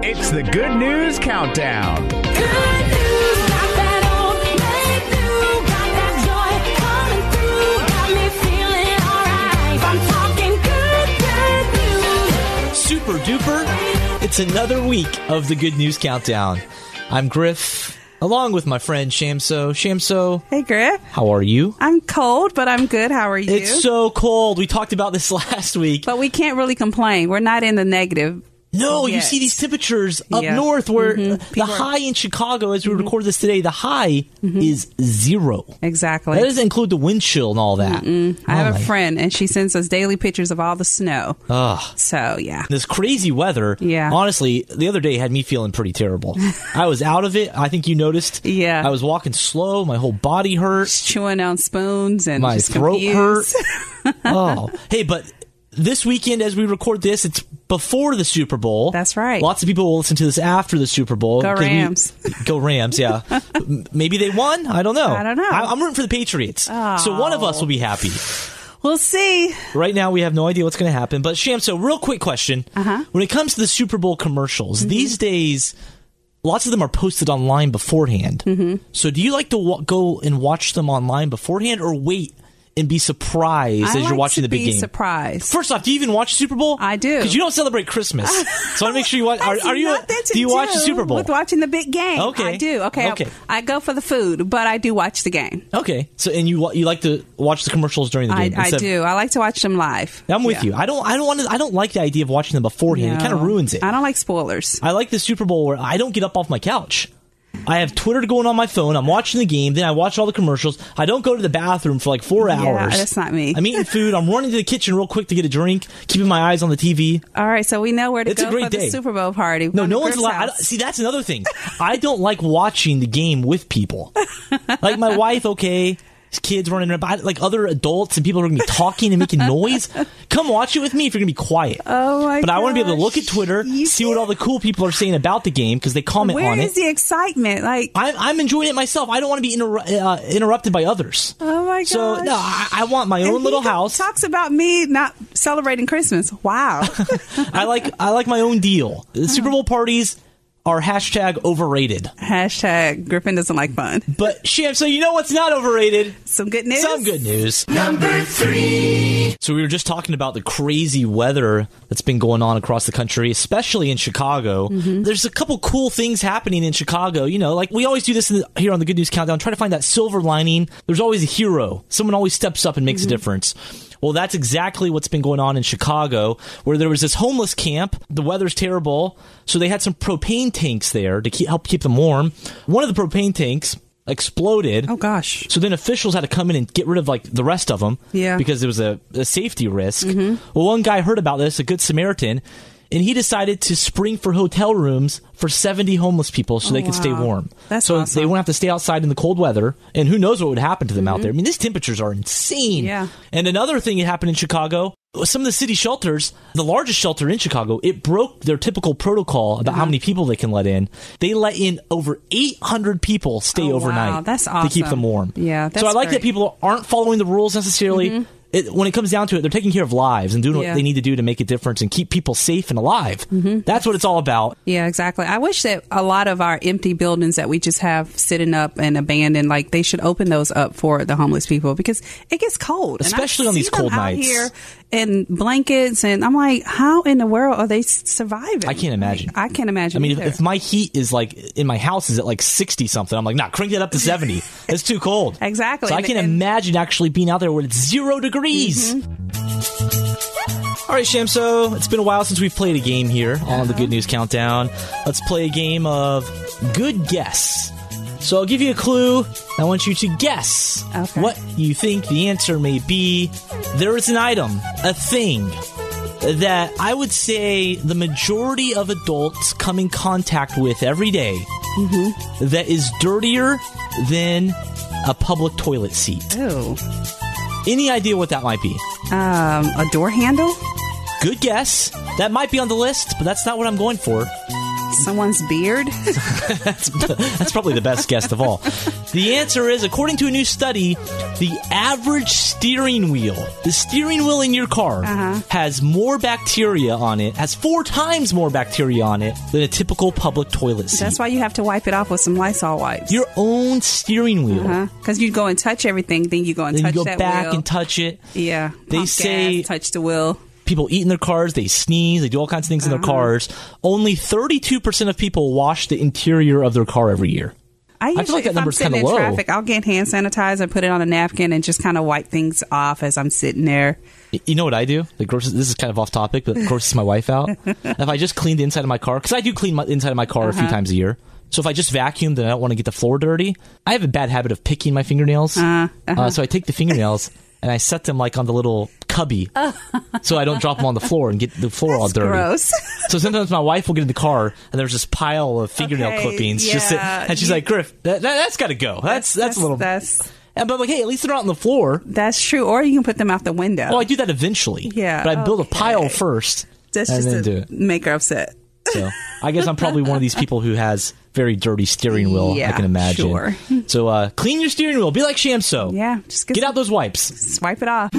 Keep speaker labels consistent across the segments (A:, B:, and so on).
A: It's the Good News Countdown.
B: Good news, not bad old breakthrough. Got that joy coming through. Got me feeling alright. I'm talking good, good news.
C: Super duper. It's another week of the Good News Countdown. I'm Griff, along with my friend Shamso. Shamso,
D: Hey, Griff.
C: how are you?
D: I'm cold, but I'm good. How are you?
C: It's so cold. We talked about this last week.
D: but we can't really complain. We're not in the negative.
C: No, you
D: Yes.
C: see these temperatures up
D: Yeah.
C: north where the
D: People are- Mm-hmm.
C: high in Chicago, as we record this today, the high is zero.
D: Exactly.
C: That doesn't include the wind chill and all that.
D: I have
C: Oh,
D: a
C: my-
D: friend, and she sends us daily pictures of all the snow.
C: Ugh.
D: So, yeah.
C: This crazy weather,
D: Yeah.
C: honestly, the other day had me feeling pretty terrible. I was out of it. I think you noticed.
D: Yeah.
C: I was walking slow. My whole body hurt.
D: Chewing on spoons and
C: my
D: just
C: throat
D: confused.
C: hurt. oh, hey, but this weekend as we record this, it's before the Super Bowl.
D: That's right.
C: Lots of people will listen to this after the Super Bowl.
D: Go
C: 'cause we-
D: Rams.
C: go Rams. Yeah. M- Maybe they won. I don't know.
D: I don't know.
C: I, am rooting for the Patriots, so one of us will be happy.
D: We'll see.
C: Right now, we have no idea what's going to happen. But Sham, so real quick question: uh-huh. When it comes to the Super Bowl commercials
D: Mm-hmm.
C: these days. Lots of them are posted online beforehand. Mm-hmm. So, do you like to wa- go and watch them online beforehand, or wait and be surprised
D: I
C: as
D: like
C: you're watching the
D: to
C: big
D: be
C: game?
D: surprised.
C: First off, do you even watch Super Bowl?
D: I do.
C: Because you don't celebrate Christmas, so I want to make sure you watch. Are,
D: Has
C: are you?
D: nothing to
C: do you watch the Super Bowl?
D: With watching the big game.
C: Okay.
D: I do. Okay.
C: Okay.
D: I, I go for the food, but I do watch the game.
C: Okay, so and you wa- you like to watch the commercials during the
D: I,
C: game?
D: I
C: instead of-
D: do. I like to watch them live.
C: I'm with
D: Yeah.
C: you. I don't. I don't want. To, I don't like the idea of watching them beforehand. It kind of
D: No.
C: ruins it.
D: I don't like spoilers.
C: I like the Super Bowl where I don't get up off my couch. I have Twitter going on my phone. I'm watching the game. Then I watch all the commercials. I don't go to the bathroom for like four hours.
D: that's not me.
C: I'm eating food. I'm running to the kitchen real quick to get a drink, keeping my eyes on the TV.
D: All right, so we know where to
C: It's a
D: go
C: great
D: for
C: day.
D: the Super Bowl party.
C: No,
D: Come
C: no
D: to
C: one's
D: Griff's
C: allowed. I don't-
D: house.
C: see, that's another thing. I don't like watching the game with people. Like my wife, okay, his kids running around, but I- like other adults and people who are going to be talking and making noise. Come watch it with me if you're going to be quiet.
D: Oh my
C: But I want to be able to look at
D: gosh.
C: Twitter,
D: You
C: see what all the cool people are saying about the game because they comment
D: Where
C: on
D: is
C: it.
D: the excitement? Like,
C: I'm, I'm enjoying it myself. I don't want to be interru- uh, interrupted by others.
D: oh my gosh.
C: so no, I, I want my
D: And
C: own
D: he
C: little
D: go-
C: house.
D: Talks about me not celebrating Christmas. Wow.
C: I like I like my own deal.
D: Uh-huh.
C: The Super Bowl parties are hashtag overrated.
D: Hashtag Griffin doesn't like fun.
C: But Sham, so you know what's not overrated?
D: Some good news.
C: Some good news. Number three. So we were just talking about the crazy weather that's been going on across the country, especially in Chicago.
D: Mm-hmm.
C: There's a couple cool things happening in Chicago. You know, like we always do this in the, here on the Good News Countdown, try to find that silver lining. There's always a hero. Someone always steps up and makes
D: Mm-hmm.
C: a difference. Well, that's exactly what's been going on in Chicago, where there was this homeless camp. The weather's terrible, so they had some propane tanks there to keep, help keep them warm. One of the propane tanks exploded.
D: Oh gosh.
C: So then officials had to come in and get rid of like the rest of them,
D: Yeah. Mm-hmm.
C: because there was a, a safety risk. Well, one guy heard about this, a good Samaritan, and he decided to spring for hotel rooms for seventy homeless people so they could stay
D: Oh, wow.
C: warm.
D: That's
C: so
D: awesome.
C: they wouldn't have to stay outside in the cold weather, and who knows what would happen to them out there. I mean, these temperatures are insane.
D: Mm-hmm. Yeah.
C: And another thing that happened in Chicago. Some of the city shelters, the largest shelter in Chicago, it broke their typical protocol about how
D: Uh-huh.
C: many people they can let in. They let in over 800 people stay
D: Oh, wow.
C: overnight.
D: That's
C: To keep
D: awesome.
C: them warm.
D: Yeah,
C: so
D: that's
C: I like
D: great. Mm-hmm.
C: that people aren't following the rules necessarily. It, when it comes down to it, they're taking care of lives and doing
D: Yeah. Mm-hmm.
C: what they need to do to make a difference and keep people safe and alive. That's what it's all about.
D: Yeah, exactly. I wish that a lot of our empty buildings that we just have sitting up and abandoned, like they should open those up for the homeless people because it gets cold, And I
C: Especially on
D: see
C: these
D: them
C: cold
D: out
C: nights.
D: Here in blankets, and I'm like, how in the world are they s- surviving?
C: I can't imagine.
D: I can't
C: I
D: imagine.
C: mean, if,
D: either.
C: if my heat is like in my house is at like sixty something, I'm like, nah, crank that up to seventy. it's too cold.
D: Exactly.
C: So I
D: And-
C: can
D: and-
C: imagine actually being out there where it's zero degrees.
D: Mm-hmm.
C: All right, Shamso, it's been a while since we've played a game here on
D: Uh-huh.
C: the Good News Countdown. Let's play a game of Good Guess. So I'll give you a clue. I want you to guess
D: Okay.
C: what you think the answer may be. There is an item, a thing, that I would say the majority of adults come in contact with every day that is dirtier than a public toilet seat.
D: Ew.
C: Any idea what that might be?
D: Um, Oh, a door handle?
C: Good guess. That might be on the list, but that's not what I'm going for.
D: someone's beard.
C: That's probably the best guess of all. The answer is, according to a new study, the average steering wheel, the steering wheel in your car,
D: Uh-huh.
C: has more bacteria on it, has four times more bacteria on it than a typical public toilet seat.
D: That's why you have to wipe it off with some Lysol wipes.
C: your own steering wheel.
D: Because you go and touch everything, then you go and
C: Then you
D: Uh-huh. touch
C: go
D: that
C: back
D: wheel.
C: and touch it.
D: yeah,
C: They
D: pump gas,
C: say-
D: touch the wheel.
C: People eat in their cars, they sneeze, they do all kinds of things in their
D: Uh-huh.
C: cars. Only 32% of people wash the interior of their car every year.
D: I, usually,
C: feel like that
D: if
C: number's
D: I'm sitting
C: kinda
D: in
C: low.
D: Traffic, I'll get hand sanitizer, put it on a napkin, and just kind of wipe things off as I'm sitting there.
C: Y- You know what I do? That grosses, this is kind of off topic, but it grosses my wife out. if I just clean the inside of my car, because I do clean my, the inside of my car
D: Uh-huh.
C: a few times a year. So if I just vacuum, then I don't want to get the floor dirty. I have a bad habit of picking my fingernails. Uh,
D: uh-huh.
C: so I take the fingernails and I set them like on the little cubby, so I don't drop them on the floor and get the floor all dirty.
D: Oh. Gross.
C: So sometimes my wife will get in the car and there's this pile of fingernail
D: Okay,
C: clippings just sit,
D: yeah,
C: and she's
D: you-
C: like, "Griff, that, that, has got to go. That's that's, a little."
D: That's
C: and but I'm like, hey, at least they're not on the floor.
D: that's true. Or you can put them out the window.
C: Well, Oh, I do that eventually.
D: Yeah,
C: But I build a pile
D: okay.
C: first
D: that's
C: and
D: just
C: then
D: to
C: do it.
D: make her upset.
C: So I guess I'm probably one of these people who has very dirty steering wheel, I
D: Yeah,
C: can imagine.
D: sure.
C: So uh, clean your steering wheel. Be like Shamso.
D: Yeah, just get,
C: Get
D: some-
C: out those wipes.
D: swipe it off.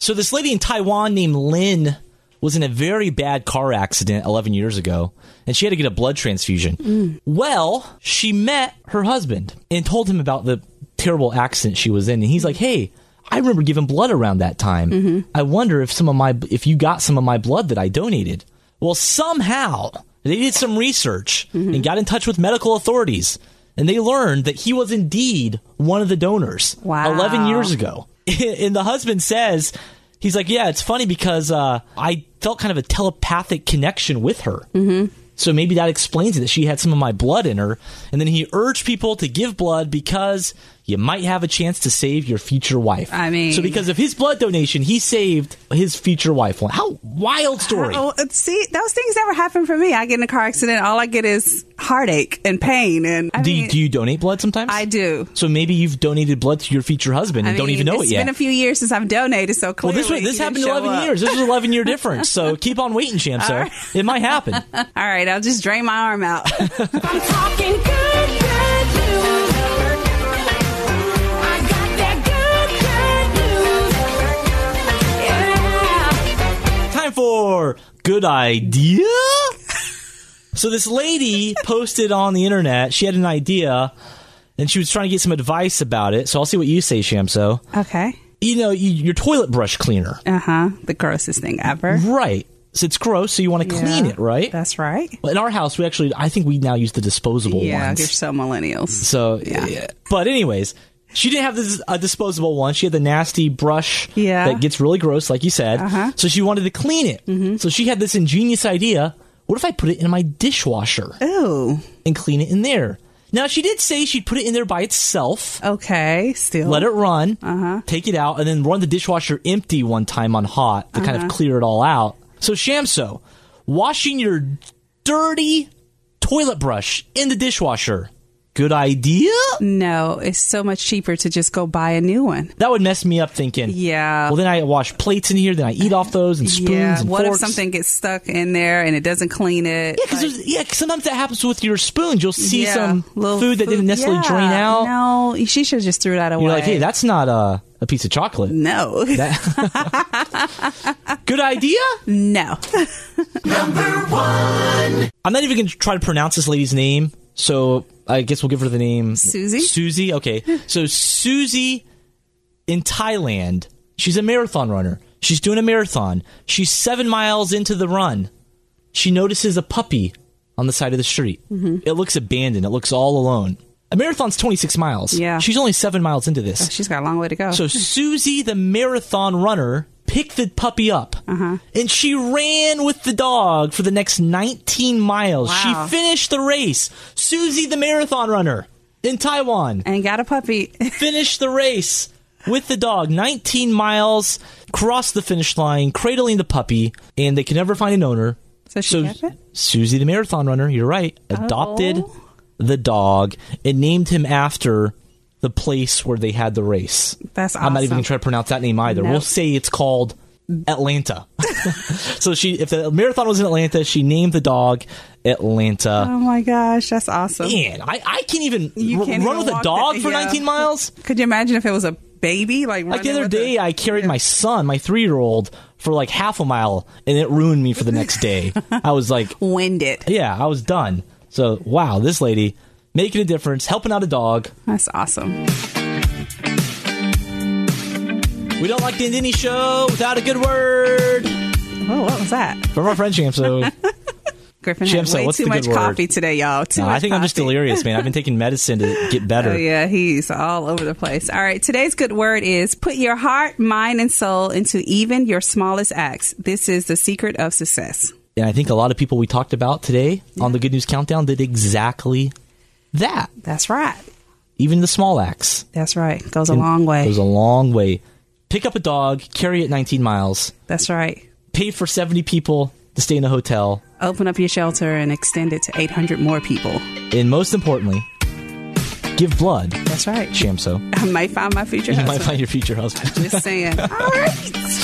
C: So this lady in Taiwan named Lynn was in a very bad car accident 11 years ago, and she had to get a blood transfusion. Well, she met her husband and told him about the terrible accident she was in, and he's like, "Hey." I remember giving blood around that time. I wonder if some of my if you got some of my blood that I donated. Well, somehow they did some research and got in touch with medical authorities, and they learned that he was indeed one of the donors.
D: Wow.
C: 11 years ago. and the husband says, he's like, yeah, it's funny because uh, I felt kind of a telepathic connection with her. Mm-hmm. So maybe that explains it that she had some of my blood in her. And then he urged people to give blood because you might have a chance to save your future wife.
D: I mean-
C: so because of his blood donation, he saved his future wife. How wild story!
D: Oh, uh, see, those things never happen for me. I get in a car accident, all I get is heartache and pain. And I
C: do,
D: mean,
C: you, do you donate blood sometimes?
D: I do.
C: So maybe you've donated blood to your future husband
D: I
C: and don't
D: mean,
C: even know
D: It's
C: it yet.
D: been a few years since I've donated, so
C: Well,
D: clearly
C: this was, this
D: he didn't
C: happened in
D: show
C: 11
D: up.
C: years. This was 11 year difference. So keep on waiting, champ. So it might happen.
D: All right, I'll just drain my arm out.
B: I'm talking good, good news. I got that good, good news. Yeah.
C: Time for good idea. So this lady posted on the internet. She had an idea, and she was trying to get some advice about it. So I'll see what you say, Shamso.
D: okay.
C: You know, you, your toilet brush cleaner,
D: Uh huh. The grossest thing ever.
C: right? So it's gross. So you want to clean
D: Yeah,
C: it, right?
D: That's right.
C: Well, in our house, we actually, I think we now use the disposable
D: Yeah,
C: ones.
D: you're so millennials.
C: So,
D: Yeah.
C: yeah. but anyways, she didn't have this a disposable one. She had the nasty brush
D: Yeah.
C: that gets really gross, like you said.
D: Uh-huh. Mm-hmm.
C: So she wanted to clean it. So she had this ingenious idea: what if I put it in my dishwasher
D: Ooh.
C: and clean it in there? Now she did say she'd put it in there by itself.
D: Okay. Still.
C: Let it run,
D: Uh-huh.
C: take it out, and then run the dishwasher empty one time on hot to
D: Uh-huh.
C: kind of clear it all out. So, Shamso, washing your dirty toilet brush in the dishwasher, good idea?
D: No, it's so much cheaper to just go buy a new one.
C: That would mess me up thinking.
D: Yeah.
C: Well, then I wash plates in here. Then I eat off those and spoons
D: yeah.
C: and
D: What
C: forks.
D: if something gets stuck in there and it doesn't clean it?
C: Yeah, because yeah, 'cause sometimes that happens with your spoons. You'll see
D: Yeah,
C: some
D: little
C: food that didn't necessarily
D: yeah,
C: drain out.
D: No, she should have just threw that away.
C: You're like, hey, that's not a, a piece of chocolate.
D: no,
C: Good idea.
D: no.
C: I'm not even going to try to pronounce this lady's name. So I guess we'll give her the name
D: Susie?
C: Susie. Okay. So Susie in Thailand. She's a marathon runner. She's doing a marathon. She's seven miles into the run. She notices a puppy on the side of the street.
D: Mm-hmm.
C: It looks abandoned. It looks all alone. A marathon's 26 miles.
D: Yeah.
C: She's only seven miles into this.
D: She's got a long way to go.
C: So Susie, the marathon runner, picked the puppy up, and she ran with the dog for the next 19 miles.
D: Wow.
C: She finished the race. Susie, the marathon runner in Taiwan,
D: and got a puppy.
C: finished the race with the dog. 19 miles, crossed the finish line, cradling the puppy, and they could never find an owner.
D: So she kept it?
C: Susie, the marathon runner, you're right, adopted
D: Oh.
C: the dog and named him after. The place where they had the race.
D: That's awesome.
C: I'm not even going to try to pronounce that name either.
D: Nope.
C: We'll say it's called Atlanta. so she, if the marathon was in Atlanta, she named the dog Atlanta.
D: Oh my gosh, that's awesome.
C: Man, I, I can't even
D: Oh. You
C: r-
D: can't
C: run
D: even
C: with a
D: walk
C: dog
D: that-
C: for
D: yeah.
C: 19 miles.
D: Could you imagine if it was a baby? Like,
C: Like the
D: running
C: other
D: with
C: day,
D: a-
C: I carried my son, my three year old, for like half a mile, and it ruined me for the next day. I was like,
D: wind it.
C: yeah, I was done. So wow, this lady making a difference, helping out a dog.
D: That's awesome.
C: We don't like the end any show without a good word
D: Oh, what was that?
C: from our friend Champ. So uh,
D: Griffin
C: Jim
D: had
C: said,
D: way
C: "What's
D: too
C: the
D: much
C: good word?"
D: coffee today, y'all. Too
C: No,
D: much
C: I think I'm just
D: coffee.
C: delirious, man. I've been taking medicine to get better.
D: Oh, yeah, he's all over the place. All right, today's good word is put your heart, mind, and soul into even your smallest acts. This is the secret of success.
C: And I think a lot of people we talked about today on the Good News Countdown did exactly that.
D: That's right.
C: Even the small acts.
D: That's right. Goes a long way.
C: There's a long way. Pick up a dog, carry it 19 miles,
D: That's right.
C: pay for 70 people to stay in a hotel,
D: Open up your shelter and extend it to 800 more people.
C: and most importantly, give blood,
D: That's right.
C: Chamso.
D: I might find my future
C: You might
D: husband.
C: find your future husband.
D: Just saying. all right.